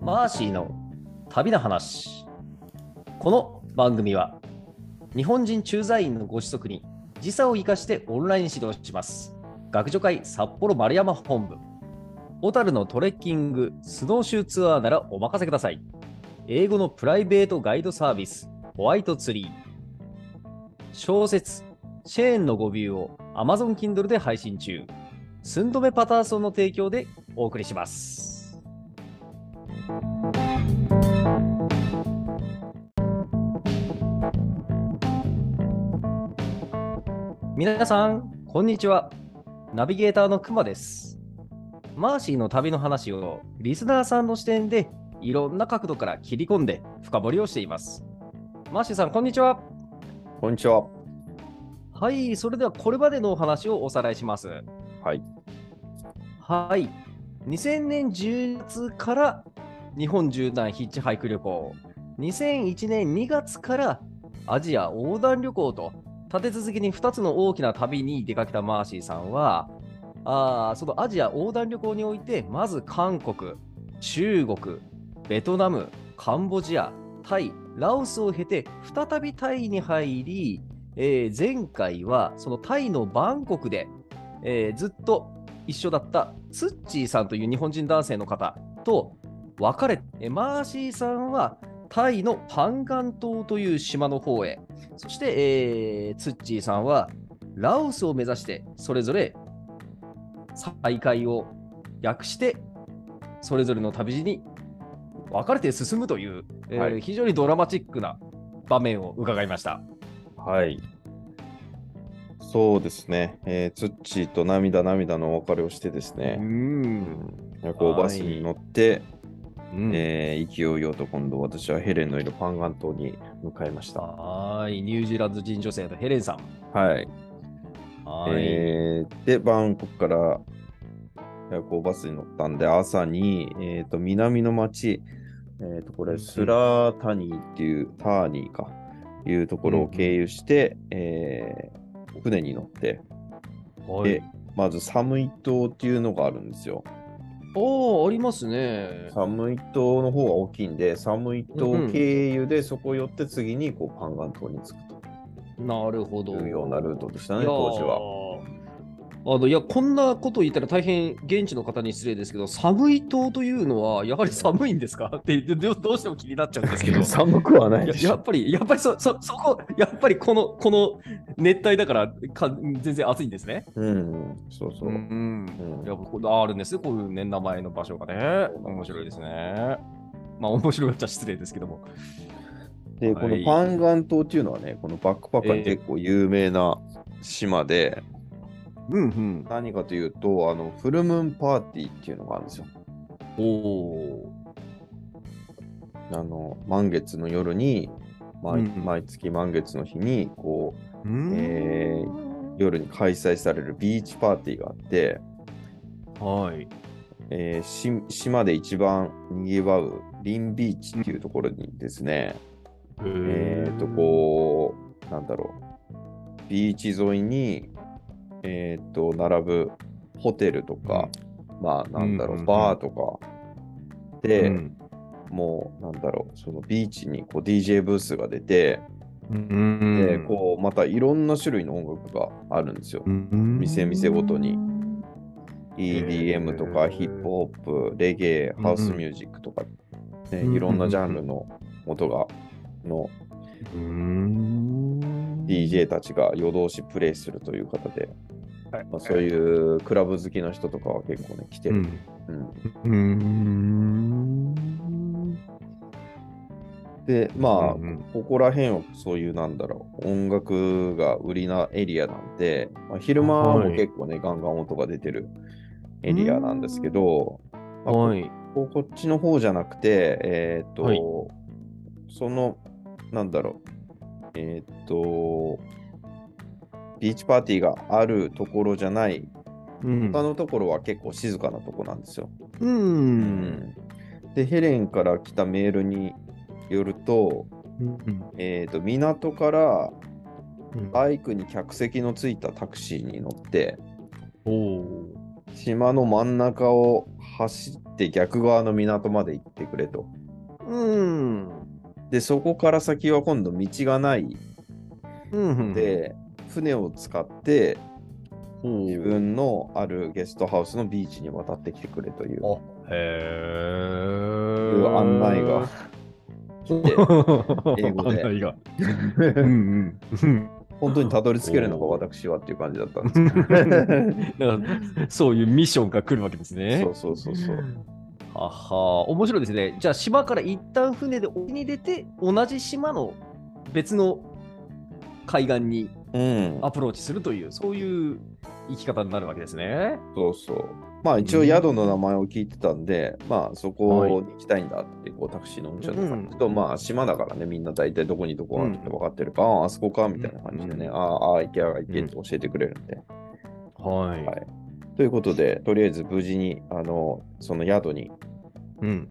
マーシーの旅の話この番組は日本人駐在員のご子息に時差を生かしてオンライン指導します学助会札幌丸山本部小樽のトレッキングスノーシューツアーならお任せください英語のプライベートガイドサービスホワイトツリー小説シェーンの語尾を Amazon Kindle で配信中寸止めパターソンの提供でお送りします。皆さん、こんにちは。ナビゲーターのくまです。マーシーの旅の話をリスナーさんの視点でいろんな角度から切り込んで深掘りをしています。マーシーさん、こんにちは。こんにちは。はい、それではこれまでのお話をおさらいします。はい。はい。2000年10月から日本縦断ヒッチハイク旅行、2001年2月からアジア横断旅行と、立て続けに2つの大きな旅に出かけたマーシーさんは、あーそのアジア横断旅行において、まず韓国、中国、ベトナム、カンボジア、タイ、ラオスを経て、再びタイに入り、えー前回はそのタイのバンコクで、えーずっと一緒だったツッチーさんという日本人男性の方と別れえマーシーさんはタイのパンガン島という島の方へそして、えーツッチーさんはラオスを目指してそれぞれ再会を訳してそれぞれの旅路に分かれて進むという、えーはい非常にドラマチックな場面を伺いました。はい。そうですね。えー、ツッチーと涙涙のお別れをしてですうね、ん夜行バスに乗って、うんえー勢いよと今度私はヘレンのいるパンガン島に向かいました。はーい、ニュージーランド人女性のヘレンさん。はい。はーい、えーで、バンコクから夜行バスに乗ったんで、朝に、えー、と南の町、えー、とこうんうれんスラータニーっていう、ターニーか、いうところを経由して、えー船に乗って、はいえまず寒い島っていうのがあるんですよ。おー、ありますね。寒い島の方が大きいんで、寒い島経由でそこ寄って次にこうパンガン島に着くなるほとど。いうようなルートでしたね、いやー当時は。。あのいやこんなこと言ったら大変現地の方に失礼ですけど寒い島というのはやはり寒いんですか ってでどどうしても気になっちゃうんですけど 寒くはないやでしやょっ。ぱりやっぱりそそそこやっぱりこのこの熱帯だからか全然暑いんですね。うん、そうそう。んうんいやこれあるんですね、こういう、ね、名前の場所がね。面白いですね。まあ、面白いっちゃ失礼ですけども。で、はこいのパンガン島っていうのはね、このバックパッカーに結構有名な島で、うんうん。何かというと、あの、フルムーンパーティーっていうのがあるんですよ。おお。あの、満月の夜に、毎うん毎月満月の日に、こう、うんえ夜に開催されるビーチパーティーがあって、はい。えーし島で一番にぎわうリンビーチっていうところにですね、えっ、と、こう、なんだろう、ビーチ沿いに、えっ、と、並ぶホテルとか、まあ、なんだろうんうんうう、んバーとかうで、んもう、なんだろう、そのビーチにこう DJ ブースが出て、うんで、こう、またいろんな種類の音楽があるんですよ。うん店店ごとに。EDM とへかーヒップホップ、レゲエ、ハウスミュージックとか、ね、いろんなジャンルの音が、のうん DJ たちが夜通しプレイするという方で、はいまあ、そういうクラブ好きの人とかは結構ね、来てうる。んうんうん。で、まあ、うんここら辺はそういう、なんだろう、音楽が売りなエリアなんで、まあ、昼間も結構ね、ガンガン音が出てるエリアなんですけど、まあはい。ここっちの方じゃなくて、えーっと、はいその、なんだろう、えーっと、ビーチパーティーがあるところじゃない、うん他のところは結構静かなとこなんですよ。うん。で、ヘレンから来たメールによると、うんえーっと、港からうんバイクに客席のついたタクシーに乗って、おお。島の真ん中を走って逆側の港まで行ってくれと。うん。で、そこから先は今度道がないうん。の、で、船を使ってほ自う。分のあるゲストハウスのビーチに渡ってきてくれというあへいえ。う案内が。 来て、英語で案 内が。うんうん。本当にたどり着けるのが私はっていう感じだったんです だからそういうミッションが来るわけですけね。ど。 そうそうそうそう。はは面白いですね。じゃあ島から一旦船で沖に出て同じ島の別の海岸にうん。アプローチするというそういう生き方になるわけですね。そうそう。まあ一応宿の名前を聞いてたんで、まあそこに行きたいんだってこうタクシーの運転手の感じと、まあ島だからね、みんな大体どこにどこがって分かってるか、ああ、あそこかみたいな感じでね、うんああ、ああ、行けああ、行けって教えてくれるんで。はいはいということで、とりあえず無事に、あの、その宿にうん。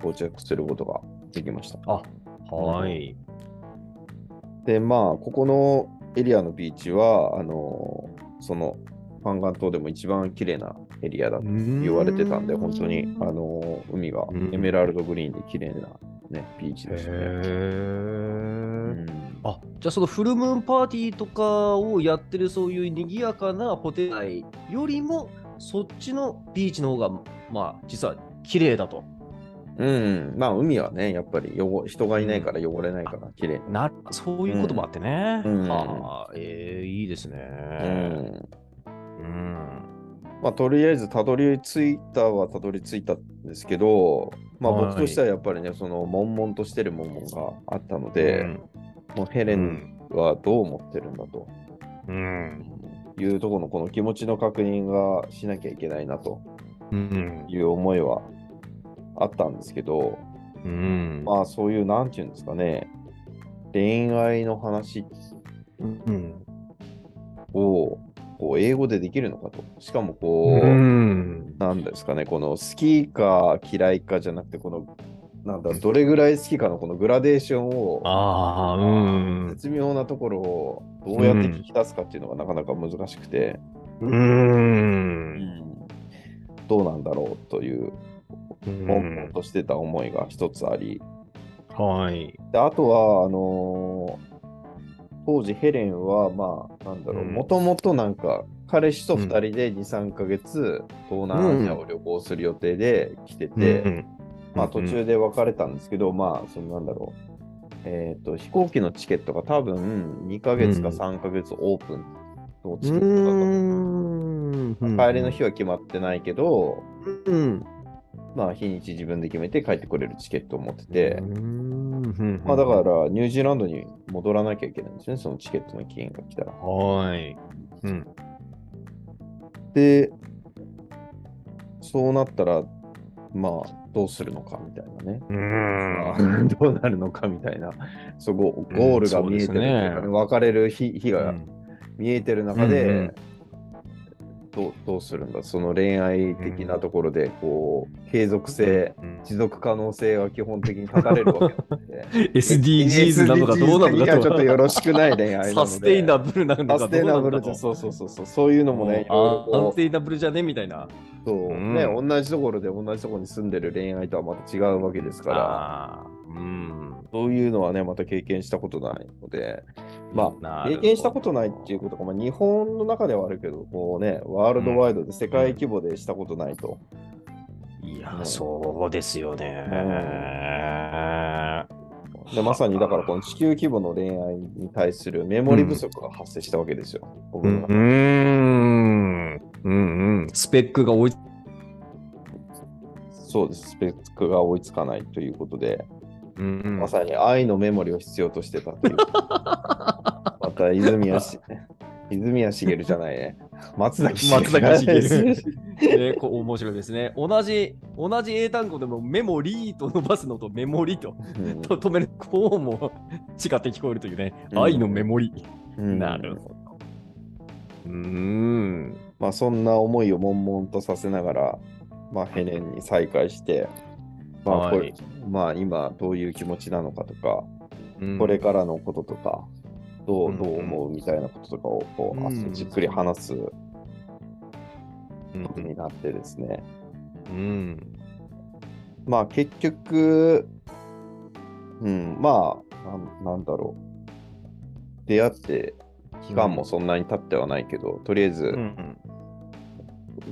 到着することができました。あはい。で、まあ、ここのエリアのビーチは、あの、その、パンガン島でも一番綺麗なエリアだと言われてたんで、本当に、あの、海がうんエメラルドグリーンで綺麗なね、ビーチへですね。うえ。んあじゃあそのフルムーンパーティーとかをやってるそういう賑やかなホテル街よりもそっちのビーチの方がまあ実は綺麗だと。うん、まあ、海はね、やっぱり汚人がいないから汚れないから綺麗。なそういうこともあってね。うんはあ、えーいいですうね。んうん。まあ、とりあえずたどり着いたはたどり着いたんですけど、まあ、はい僕としてはやっぱりね、その悶々としてる悶々があったので、もうヘうレンん、はどう思ってるんだとうん、いうところのこの気持ちの確認がしなきゃいけないなとうん、いう思いはあったんですけど、うん、まあそういうなんていうんですかね、恋愛の話うん、をこう英語でできるのかと。しかもこう、うん、なんですかね、この好きか嫌いかじゃなくて、この、なんだ、どれぐらい好きかのこのグラデーションを、ああ、うん、絶妙なところをどうやって聞き出すかっていうのがなかなか難しくて、うん、どうなんだろうという、悶々としてた思いが一つあり、はい、であとは、あのー当時ヘレンは、まあ、なんだろう、うんもともとなんか、彼氏と2人で2、3ヶ月、東南アジアを旅行する予定で来てて、うん、まあ途中で別れたんですけど、まあそのなんだろう。えっ、と、飛行機のチケットが多分2ヶ月かうん3ヶ月オープンのチうケットだったん、と帰りの日は決まってないけど、うん、まあ日にち自分で決めて帰ってくれるチケットを持ってて、うん、まあだか、らニュージーランドに戻らなきゃいけないんですね、そのチケットの期限が来たら。はい、うん、で、そうなったら、まあどうするのかみたいなね。うん、 どうなるのかみたいな、そこ、ゴールが見えうんそうですてるというかね、ね別れる日日が見えてる中で、うんうんどうどうするんだその恋愛的なところでこう継続性、持続可能性は基本的に立たれるわけなので SDGs なのかどうなの SDGs 的かにはちょっとよろしくない恋愛なのでサステイナブルなのかサどうステなイナのブかルととそうそうそうそうそういうのもねいろ安いろこう定ナブルじゃねみたいな。そううんね同じところで同じところに住んでる恋愛とはまた違うわけですからあーうん。そういうのはねまた経験したことないのでまああ経験したことないっていうことが、まあ、日本の中ではあるけど、こうね、ワールドワイドで世界規模でしたことないと。いやう、んそうですよね。でまさにだから、この地球規模の恋愛に対するメモリ不足が発生したわけですよ。僕うんのうーん。うんうん。スペックが多い。そうです、スペックが追いつかないということで、うんうんまさに愛のメモリを必要としてた という。また泉谷し、泉谷茂じゃないね。松崎しげる松坂茂ねこう面白いですね。同じ、同じ英単語でもメモリーと伸ばすのとメモリとうんと止めるこうも違って聞こえるというね。うん愛のメモリ。うんなるほど。うーん。まあ、そんな思いを悶々とさせながら、まあ、ヘレンに再会して、まあはいこれまあ、今どういう気持ちなのかとか、うんこれからのこととか、どううんどう思うみたいなこととかをこう、うんあじっくり話すうんことになってですね、うん。まあ結局、うん、まあなん、なんだろう。出会って、期間もそんなに経ってはないけど、とりあえずうん。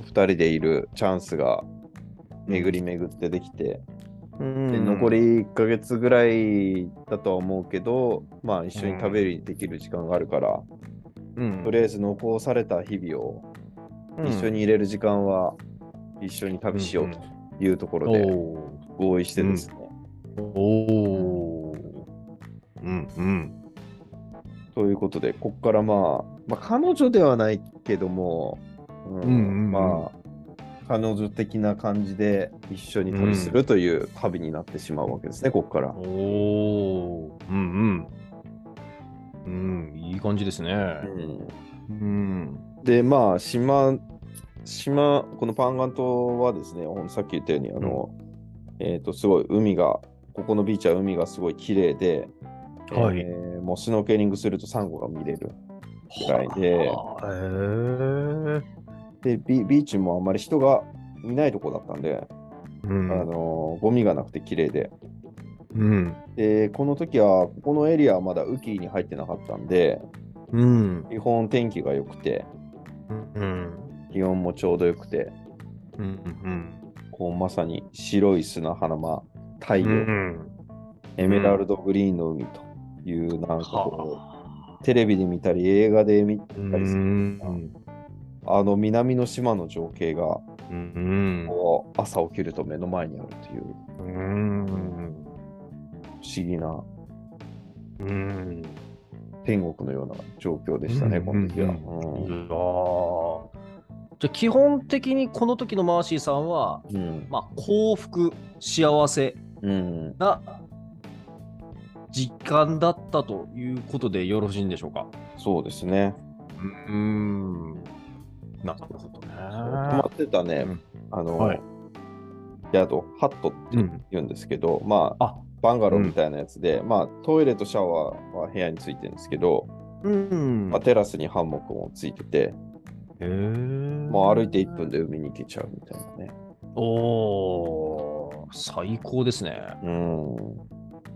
2人でいるチャンスが巡り巡ってできて、うん。で残り1ヶ月ぐらいだとは思うけど、まあ一緒に食べるできる時間があるから、うん、とりあえず残された日々を一緒に入れる時間は一緒に旅しようというところでお合意してですね、ーおー。うんうん。ということで、こっからまあ、まあ、彼女ではないけども、うんうんうんうんまあ、彼女的な感じで一緒に旅するという旅になってしまうわけですね、こっから。おー。うんうん。うん、いい感じですね。うん。で、まあ、島、島、このパンガン島はですね、ほんさっき言ったように、あの、えっ、と、すごい海が、ここのビーチは海がすごい綺麗で、はいえーもうスノーケリングするとサンゴが見れるぐらいへで、ー。でビ、ビーチもあんまり人がいないとこだったんで、うん。あのゴミがなくて綺麗で。うん。で、この時は、ここのエリアはまだ雨季に入ってなかったんで、うん。基本天気が良くて、うん。気温もちょうど良くて、うん。こうまさに白い砂浜、太う陽、ん。エメラルドグリーンの海という、なんかこはう、テレビで見たり、映画で見たあ。うりする、ん。あの南の島の情景が、うん。こう朝起きると目の前にあるという、うん。不思議なうん。天国のような状況でしたね、うんこの時は。うんうんいやーじゃあ基本的にこの時のマーシーさんは、うんまあ、幸福幸せうんな時間だったということでよろしいんでしょうかそうですね。うーんなるほどね泊まってたね、うんあの、はい宿、ハットってうん言うんですけど、まあ、あバンガローみたいなやつで、まあ、トイレとシャワーは部屋についてるんですけど、うんまあ、テラスにハンモックもついてて、へーもう歩いて1分で海に行けちゃうみたいなね。おー最高ですねうん。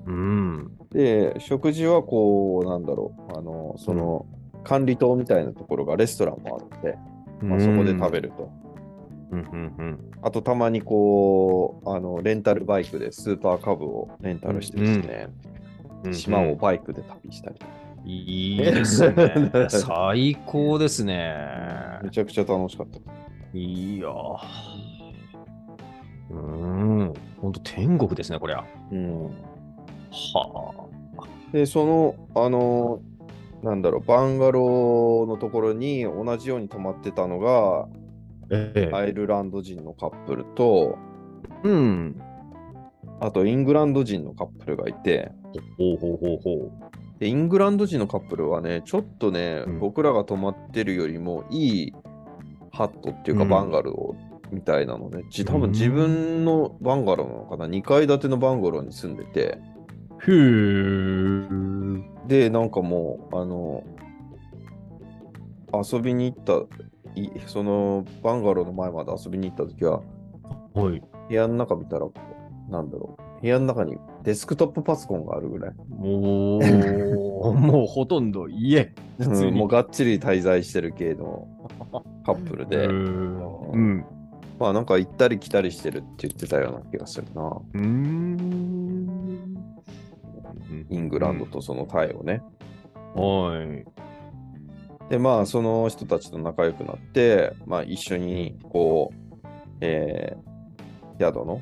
うんで、食事はこう、なんだろう、あの、その、管理棟みたいなところがレストランもあって、まあ、そこで食べるると。うんうんあと、たまにこう、あの、レンタルバイクでスーパーカブをレンタルしてですね、うんうん島をバイクで旅したりとかいいですね最高ですねめちゃくちゃ楽しかった。いやーうーん、ほんと天国ですね、こりゃ。はあ。で、その、あのーなんだろう、バンガローのところに同じように泊まってたのが、えアイルランド人のカップルと、うん。あとイングランド人のカップルがいて、ほうほうほうほでイングランド人のカップルはね、ちょっとね、うん僕らが泊まってるよりもいいハットっていうか、うんバンガローみたいなのね、じ多うん分自分のバンガローなのかな、2階建てのバンガローに住んでて、う。ふう。で、なんかもう、あの、遊びに行った、いそのバンガローの前まで遊びに行ったときは、はい。部屋の中見たら、こうなんだろう、部屋の中にデスクトップパソコンがあるぐらい、も う、もうほとんど家。普通にうんもうがっちり滞在してる系 のカップルで、うん。まあなんか行ったり来たりしてるって言ってたような気がするな、うーん。イングランドとそのタイをね。はい。でまあその人たちと仲良くなって、まあ、一緒にこう、えー宿の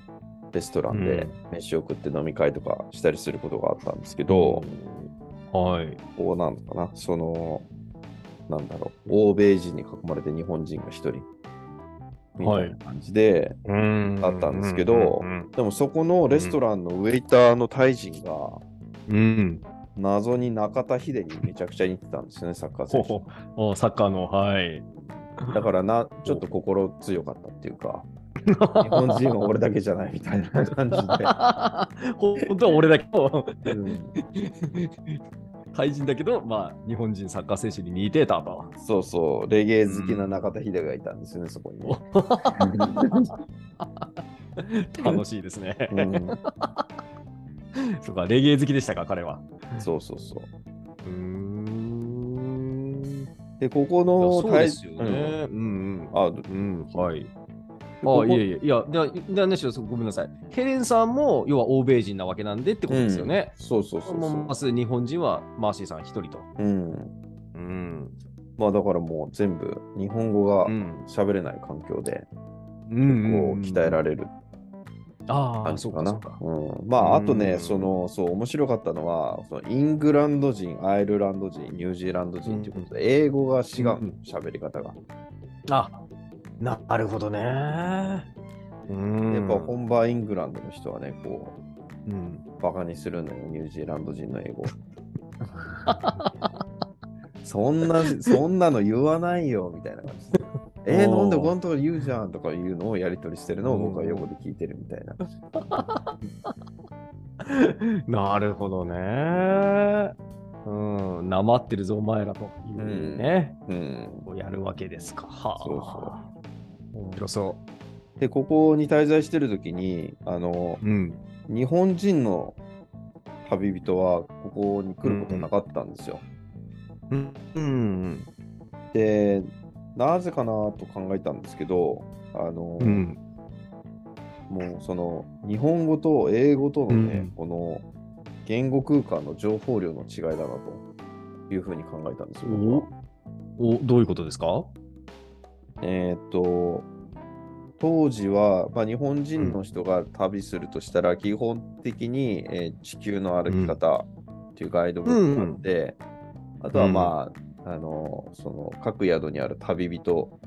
レストランで飯を食って飲み会とかしたりすることがあったんですけど、うはい。こうなんのかなそのなんだろう欧米人に囲まれて日本人が一人みたいな感じで、うんだったんですけどうん。でもそこのレストランのウェイターのタイ人がうん。謎に中田秀にめちゃくちゃ似てたんですよねサッカー選ほう手ほうお。サッカーの、はい。だからなちょっと心強かったっていう か。日本人は俺だけじゃないみたいな感じ本当は俺だけどで。うんタイ人だけど、まあ、日本人サッカー選手に似てたと。そうそう、レゲエ好きな中田秀がいたんですよね、そこにね。楽しいですね。 うんそうか、レゲエ好きでしたか、彼は。そうそうそう。うーん。で、ここいやのそうですよね。うんうん。タイうんあ、うん、はい。ここあいえいえ、いや、ななんでしょう、ごめんなさい。ヘレンさんも、要は欧米人なわけなんでってことですよね。そうそうそうもうそまず日本人はマーシーさん一人と。う。うん。うん。まあだからもう全部日本語がうん。喋れない環境うでこううんん、鍛えられるあ感あ、そじうかかな。そうか。うんまああとうね、んそのそう面白かったのはそのイングランド人、アイルランド人、ニュージーランド人ということで英語が違うのうん喋り方が。あなるほどね。うん。やっぱ本場イングランドの人はね、こうん、うバカにするのよ、ニュージーランド人の 英語。そんなそんなの言わないよみたいな感 じで。えー、おーなんでこんなとこ言うじゃんとかいうのをやり取りしてるのを僕は横で聞いてるみたいな。なるほどね。うん、なまってるぞ、お前らというね、うん、をやるわけですか。はあ、そうそう面白そで、ここに滞在してる時に、あの、う。うん。日本人の旅人はここに来ることなかったんですよ。うん。うん。で、なぜかなと考えたんですけど、あの、うん。もうその日本語と英語とのね、うんこの言語空間の情報量の違いだなというふうに考えたんですよ。僕はお、どういうことですかえーっと、当時は、まあ、日本人の人が旅するとしたら、基本的に、えー地球の歩き方っていうガイドブックがあって、あとはまあ、あの、その各宿にある旅人、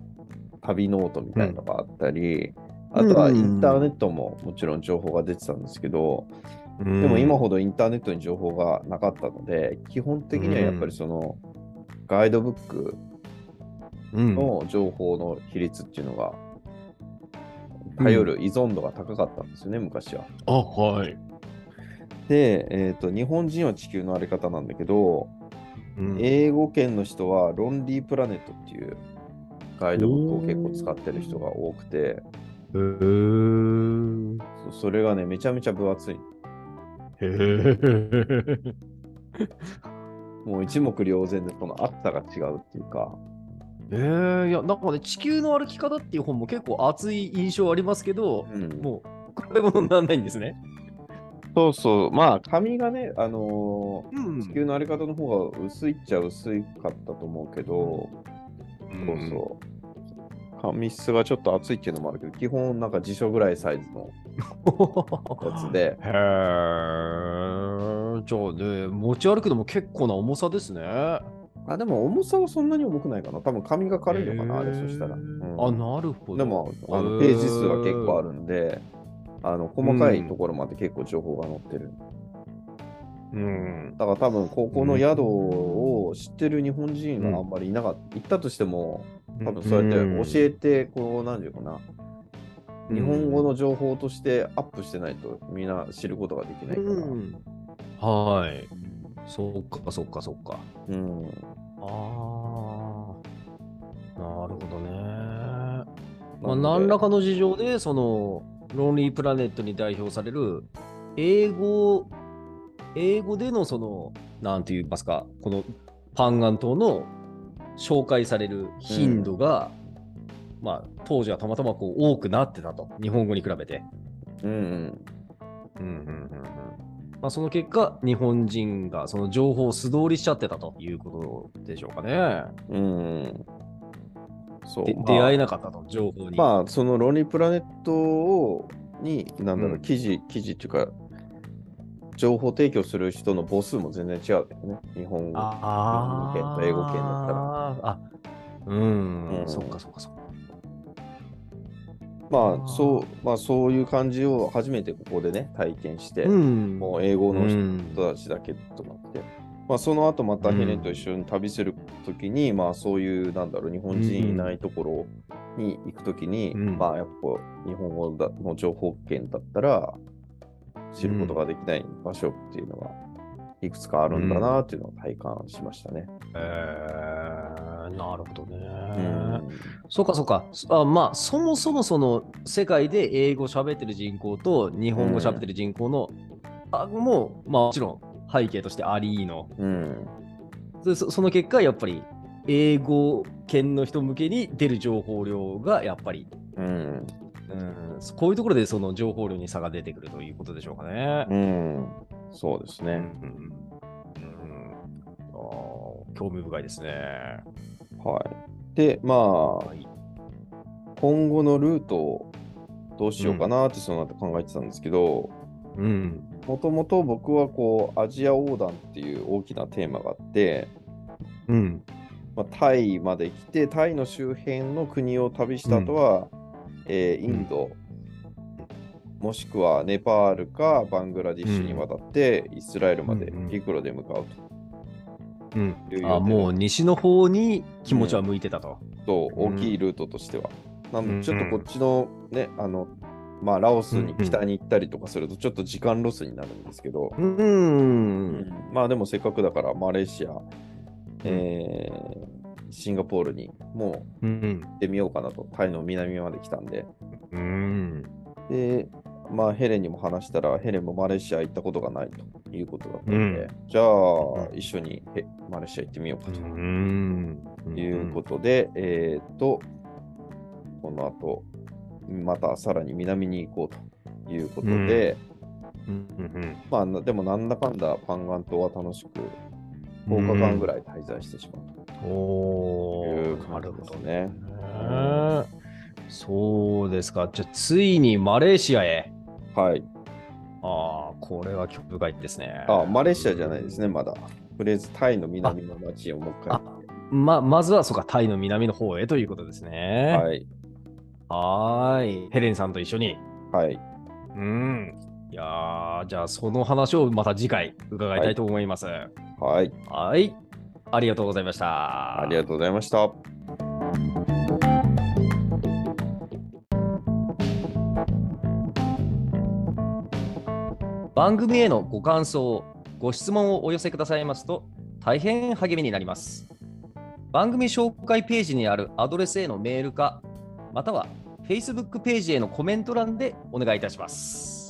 旅ノートみたいなのがあったり、あとはインターネットももちろん情報が出てたんですけど、ででも今ほどインターネットに情報がなかったので、基本的にはやっぱりその、ガイドブックの、の情報の比率っていうのが頼る依存度が高かったんですよね、昔は。あ、はい。で、えーと、日本人は地球のあり方なんだけど、うん英語圏の人はロンリープラネットっていうガイドブックを結構使ってる人が多くて、へーそそれがね、めちゃめちゃ分厚い。へーもう一目瞭然で、この厚さが違うっていうか、えー、いや、なんかね、地球の歩き方っていう本も結構熱い印象ありますけど、うんもう、比べ物にならないんですね。そうそう、まあ、紙がね、あのうーん、地球のあり方の方が薄いっちゃ薄いかったと思うけど、そうそう。紙質がちょっと厚いっていうのもあるけど、基本なんか辞書ぐらいサイズのやつでへえ。じゃあね、持ち歩くのも結構な重さですね。あでも重さはそんなに重くないかな。多分紙が軽いのかな、あれへーそしたら。うんあ、なるほど。でもあへのーページ数が結構あるんで、あの細かいところまで結構情報が載ってる。うん。だから多分ここの宿を知ってる日本人はあんまりいなかった。行ったとしても、多分そうやって教えて、こう、なんていうかな、日本語の情報としてアップしてないとみんな知ることができないから。うんはい。そうか、そうか、そうか。うんああ。なるほどね。まあ、な何んでらかの事情で、その、ロンリープラネットに代表される、英語、英語での、その、なんて言いますか、このパンガン島の紹介される頻度が、まあ、当時はたまたまこう多くなってたと、日本語に比べて。うんうんまあ、その結果、日本人がその情報を素通りしちゃってたということでしょうかね。うんうん。そう。でまあ出会えなかったと、情報に。まあ、そのロニープラネットをに、なんだろうう、ん記事、記事っていうか、情報提供する人の母数も全然違うけどね、日本語。あ日本語圏と英語圏だったらら。あうん、うんそっかそっかそっか。まあ、そう、まあ、そういう感じを初めてここでね、体験して、んもう英語のうん人たちだけとなって、まあ、その後またヘレンと一緒に旅するときに、まあ、そういう、なんだろう、日本人いないところに行くときに、うんまあ、やっぱこう日本語だの情報圏だったら、知ることができない場所っていうのが、いくつかあるんだなっていうのを体感しましたね。えー、なるほどね。うんそうかそうかそあまあそもそもその世界で英語喋ってる人口と日本語喋ってる人口の、あもう、まあ、もちろん背景としてありのうんそそその結果やっぱり英語圏の人向けに出る情報量がやっぱり、うんうん、こういうところでその情報量に差が出てくるということでしょうかね。うん、そうですうんね。うんあー興味深いですね。はい。で、まあ、はい今後のルートをどうしようかなってその後考えてたんですけど、うん。もともと僕はこう、アジア横断っていう大きなテーマがあって、うん。まあ、タイまで来て、タイの周辺の国を旅した後は、えーインド、もしくはネパールかバングラディッシュに渡って、イスラエルまでうんうん陸路で向かううん、という予定で、あもう西の方に気持ちは向いてたと。とう大んきいルートとしては。なうんうのんで、ちょっとこっちのね、あの、まあ、ラオスうにんうん北に行ったりとかすると、ちょっと時間ロスになるんですけど、うん。まあ、でもせっかくだから、マレーシア、えーシンガポールにもううん。行ってみようかなと、タイの南まで来たんで、うん。で、まあ、ヘレンにも話したら、ヘレンもマレーシア行ったことがないということだったので、うんじゃあう、一緒にえマレーシア行ってみようかと。うん。いうことで、えーっと、この後、またさらに南に行こうということで、うん。うん。まあな、でもなんだかんだパンガン島は楽しく、うん10日間ぐらい滞在してしまうおとおいうな感るほじですどね。ね。そうですか。じゃあ、ついにマレーシアへ。はい。ああ、これは興味深いですね。あ、マレーシアじゃないですね、まだ。とりあえずタイの南の町をもう一あま、まずは、そうか、タイの南の方へということです回。ね。はい。はーい。いヘレンさんと一緒に。はい。うん。いやーじゃあ、その話をまた次回伺いたいと思います。はい。はい。ありがとうございました。ありがとうございました。番組へのご感想、ご質問をお寄せくださいますと、大変励みになります。番組紹介ページにあるアドレスへのメールか、または Facebook ページへのコメント欄でお願いいたします。